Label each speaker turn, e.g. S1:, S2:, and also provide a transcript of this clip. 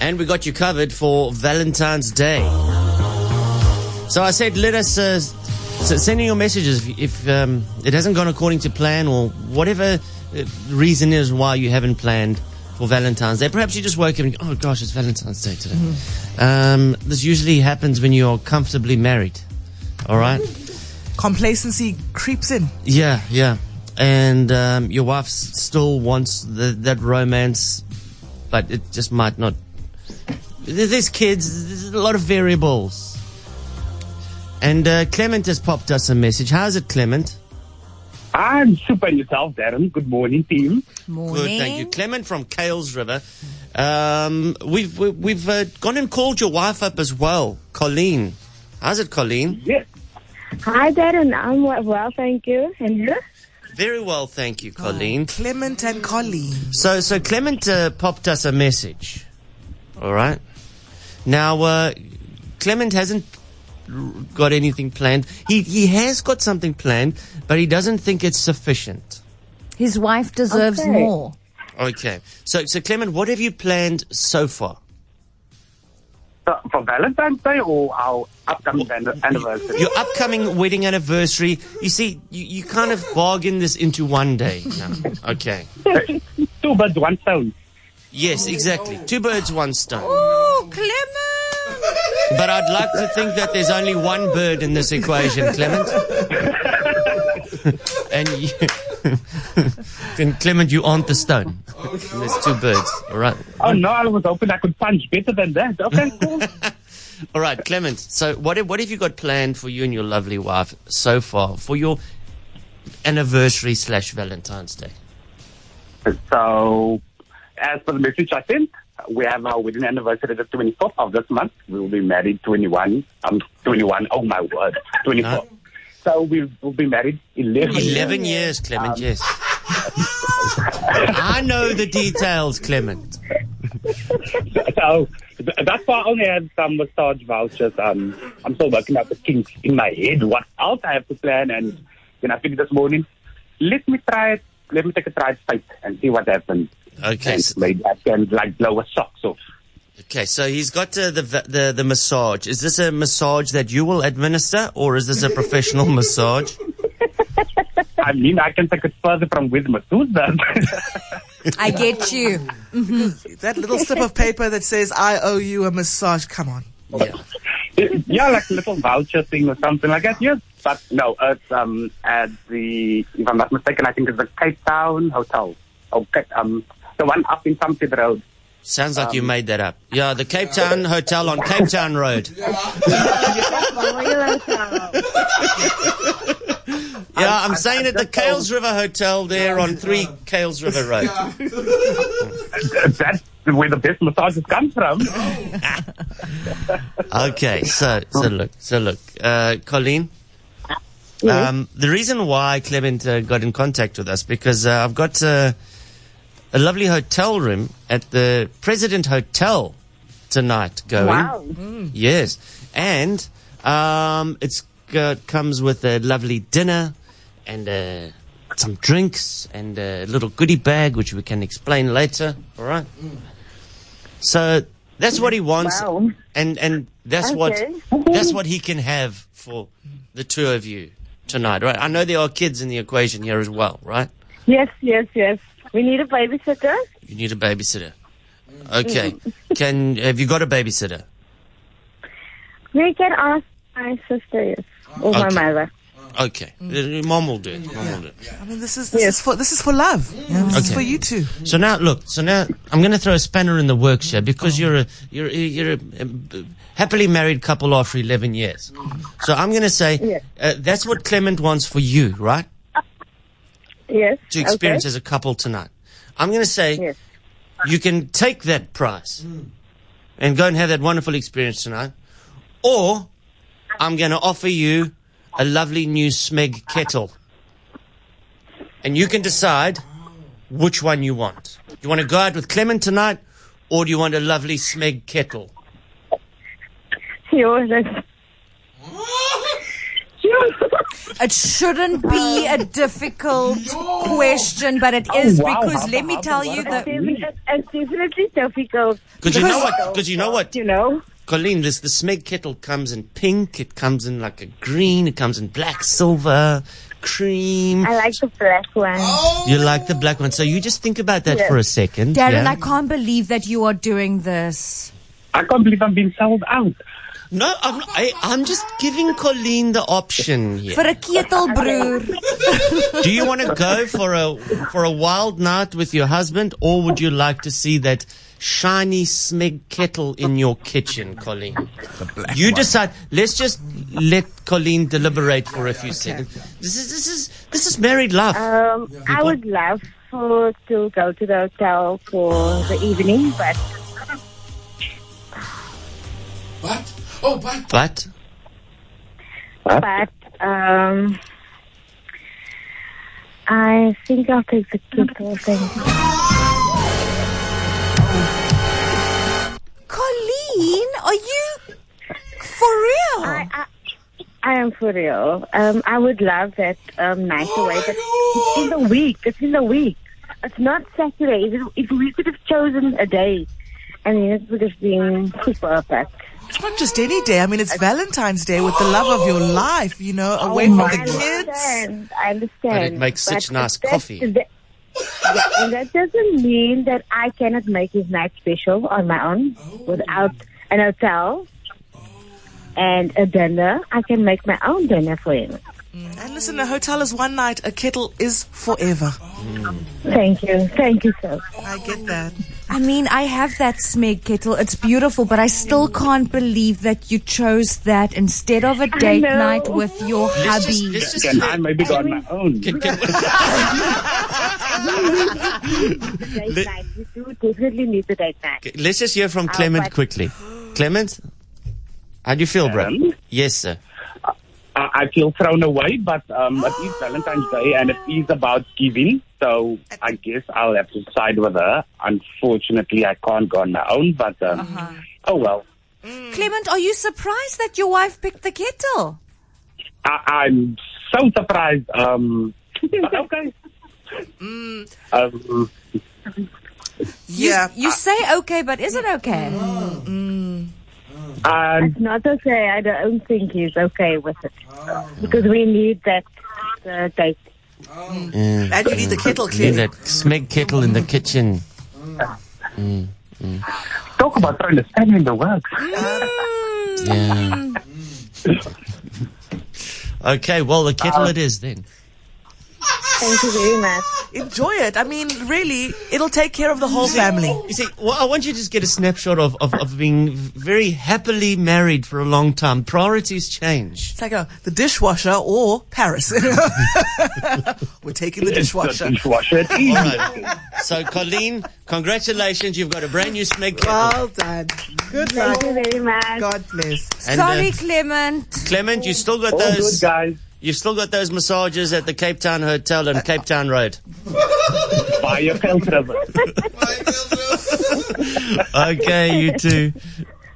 S1: and we got you covered for Valentine's Day. So I said, let us uh, s- send in your messages if, if um, it hasn't gone according to plan or whatever uh, reason is why you haven't planned for Valentine's Day. Perhaps you just woke up and oh gosh, it's Valentine's Day today. Um, this usually happens when you are comfortably married. All right.
S2: Complacency creeps in.
S1: Yeah, yeah. And um, your wife s- still wants the, that romance, but it just might not. There- There's kids, there's a lot of variables. And uh, Clement has popped us a message. How's it, Clement?
S3: I'm super in yourself, Darren. Good morning, team.
S4: Morning.
S1: Good, thank you. Clement from Kales River. Um, we've we- we've uh, gone and called your wife up as well, Colleen. How's it, Colleen?
S3: Yes.
S5: Hi, Dad, and I'm we- well, thank you. And you?
S1: Very well, thank you, Colleen.
S2: Clement and Colleen.
S1: So, so Clement uh, popped us a message. All right. Now, uh, Clement hasn't got anything planned. He he has got something planned, but he doesn't think it's sufficient.
S4: His wife deserves
S5: Okay.
S4: more.
S1: Okay. So, so Clement, what have you planned so far?
S3: So, Uh, for Valentine's Day or our upcoming an- anniversary?
S1: Your upcoming wedding anniversary. You see, you, you kind of bargain this into one day. Now. Okay.
S3: Two birds, one stone.
S1: Yes, exactly. Two birds, one stone.
S4: Oh, Clement!
S1: But I'd like to think that there's only one bird in this equation, Clement. and you, and Clement, you aren't the stone. there's two birds. All right,
S3: Oh, no, I was hoping I could punch better than that. Okay, cool.
S1: all right, Clement. So what have- what have you got planned for you and your lovely wife so far for your anniversary slash Valentine's Day?
S3: so, as for the message I sent, we have our wedding anniversary the 24th of this month. We will be married 21. I'm 21. Oh, my word. 24. So, we will be married 11.
S1: Eleven years,
S4: Um,
S1: Clement. yes. I know the details, Clement.
S3: So, th- that's why I only had some massage vouchers. Um, I'm still working out the kinks in my head. What else I have to plan? And when I think this morning, let me try it. Let me take a try at fight and see what happens.
S1: Okay,
S3: And
S1: so-
S3: maybe I can like blow a socks off.
S1: Okay, so he's got uh, the, va- the the massage. Is this a massage that you will administer, or is this a professional massage?
S3: I mean, I can take it further from with Masuda.
S4: I get you.
S2: That little slip of paper that says, I owe you a massage. Come on.
S1: Yeah.
S3: yeah, like a little voucher thing or something like that. Yes, but no, it's um at the if I'm not mistaken, I think it's the Cape Town Hotel. Okay, um, the one up in Sunset Road.
S1: Sounds like you made that up. Yeah, the Cape Town Hotel on Cape Town Road. Yeah, I'm saying at the Kales River Hotel there on 3 Kales River Road.
S3: That's where the best massages come from.
S1: Okay, so so look, so look, uh, Colleen.
S5: Mm-hmm.
S1: Um, the reason why Clement uh, got in contact with us because uh, I've got uh, a lovely hotel room at the President Hotel tonight going.
S5: Wow.
S1: Yes, and um, it's got, comes with a lovely dinner and uh, some drinks and a little goodie bag, which we can explain later. All right. So that's what he wants,
S5: Mm. Wow.
S1: and and that's what
S5: Okay.
S1: that's what he can have for the two of you tonight. Right. I know there are kids in the equation here as well. Right.
S5: Yes, yes, yes. We need a babysitter.
S1: You need a babysitter. Okay. Can have you got a babysitter?
S5: We can ask my sister, yes, or my
S1: Okay.
S5: mother.
S1: Okay. Uh,
S5: Mm.
S1: Mom will do it. Mom will do it.
S2: I mean, this is, this is, for, this is for love. Yeah, this is
S1: Okay.
S2: for you two.
S1: So now, look. So now, I'm going to throw a spanner in the works here because you're a you're you're a, um, b- happily married couple after 11 years. So I'm going to say
S5: Mm. Yeah.
S1: uh, that's what Clement wants for you, right?
S5: Yes.
S1: To experience
S5: okay.
S1: as a couple tonight. I'm going to say
S5: Yes.
S1: you can take that price and go and have that wonderful experience tonight, or I'm going to offer you a lovely new Smeg kettle, and you can decide which one you want. Do you want to go out with Clement tonight, or do you want a lovely Smeg kettle?
S5: Yours. is- Yours.
S4: It shouldn't be a difficult question, but it is
S3: wow,
S4: because
S3: how-
S4: let me
S3: how-
S4: tell
S3: what
S4: you
S3: about
S4: that.
S5: Defi- It's, it's definitely difficult.
S1: Because you know what? Because you know what?
S5: You know?
S1: Colleen, this the smeg kettle comes in pink. It comes in like a green. It comes in black, silver, cream.
S5: I like the black one.
S1: You like the black one, so you just think about that for a second.
S4: Darren,
S1: yeah?
S4: I can't believe that you are doing this.
S3: I can't believe I'm being sold out.
S1: No, I'm not, I, I'm just giving Colleen the option here.
S4: For a ketel brewer.
S1: Do you want to go for a for a wild night with your husband, or would you like to see that shiny smeg kettle in your kitchen, Colleen? you decide. Let's just let Colleen deliberate for a few seconds. This is this is this is married life.
S5: Um, I would love for, to go to the hotel for the evening, but
S6: But oh, but
S1: but
S5: but um, I think I'll take the keto thing.
S4: Colleen, are you for real?
S5: I, I, I am for real. Um, I would love that um, night away, but it's in the week. It's in the week. It's not Saturday. If, if we could have chosen a day, and then it would have been super perfect.
S2: It's not just any day. I mean, it's Valentine's Day with the love of your life, you know, away
S5: I
S2: from the kids.
S5: understand. Oh I
S1: But
S5: understand.
S1: it makes such nice
S5: that-
S1: coffee.
S5: that- yeah, and that doesn't mean that I cannot make his night special on my own without an hotel and a dinner. I can make my own dinner for him.
S2: And listen, a hotel is one night, a kettle is forever.
S5: Thank you. Thank you, sir.
S2: I get that.
S4: I mean, I have that smeg kettle. It's beautiful, but I still can't believe that you chose that instead of a date
S5: know.
S4: night with your
S1: let's just,
S4: hubby.
S1: let's just
S3: Can I
S1: let-
S3: maybe go on my own?
S5: Date
S1: Let-
S5: night. We do definitely need the date night.
S1: let's just hear from Clement
S5: but-
S1: quickly. Clement, how do you feel, bro?
S3: Um,
S1: Yes, sir.
S3: I, Uh, I feel thrown away, but um, it is
S1: Ah.
S3: Valentine's Day and it is about giving. So I guess I'll have to side with her. Unfortunately, I can't go on my own, but um,
S1: Uh-huh.
S3: oh well.
S4: Clement, are you surprised that your wife picked the kettle?
S3: I, I'm so surprised. Um, but okay.
S1: Mm.
S3: Um,
S4: You,
S2: Yeah.
S4: You say okay, but is it okay?
S3: and
S5: It's not okay. I don't think he's okay with it because we need that uh, date.
S2: And you need the kettle,
S1: Leave
S2: clearly.
S1: that smeg kettle in the kitchen.
S3: talk about trying to stand in the works.
S1: Yeah. okay, well, the kettle it is then.
S5: Thank you very much.
S2: Enjoy it. I mean, really, it'll take care of the whole family.
S1: You see, well, I want you to just get a snapshot of, of, of being very happily married for a long time. Priorities change.
S2: It's like a, the dishwasher or Paris. We're taking the dishwasher.
S3: Dishwasher. It is.
S1: All right. So, Colleen, congratulations. You've got a brand new smeg kettle.
S2: Well done. Good luck.
S5: Thank you very much.
S2: God bless.
S1: and, uh,
S4: Sorry, Clement.
S1: Clement, you still got
S3: All Oh, good,
S1: those.
S3: guys.
S1: You've still got those massages at the Cape Town Hotel on Cape Town Road.
S3: Buy your health cover.
S1: Okay, you too.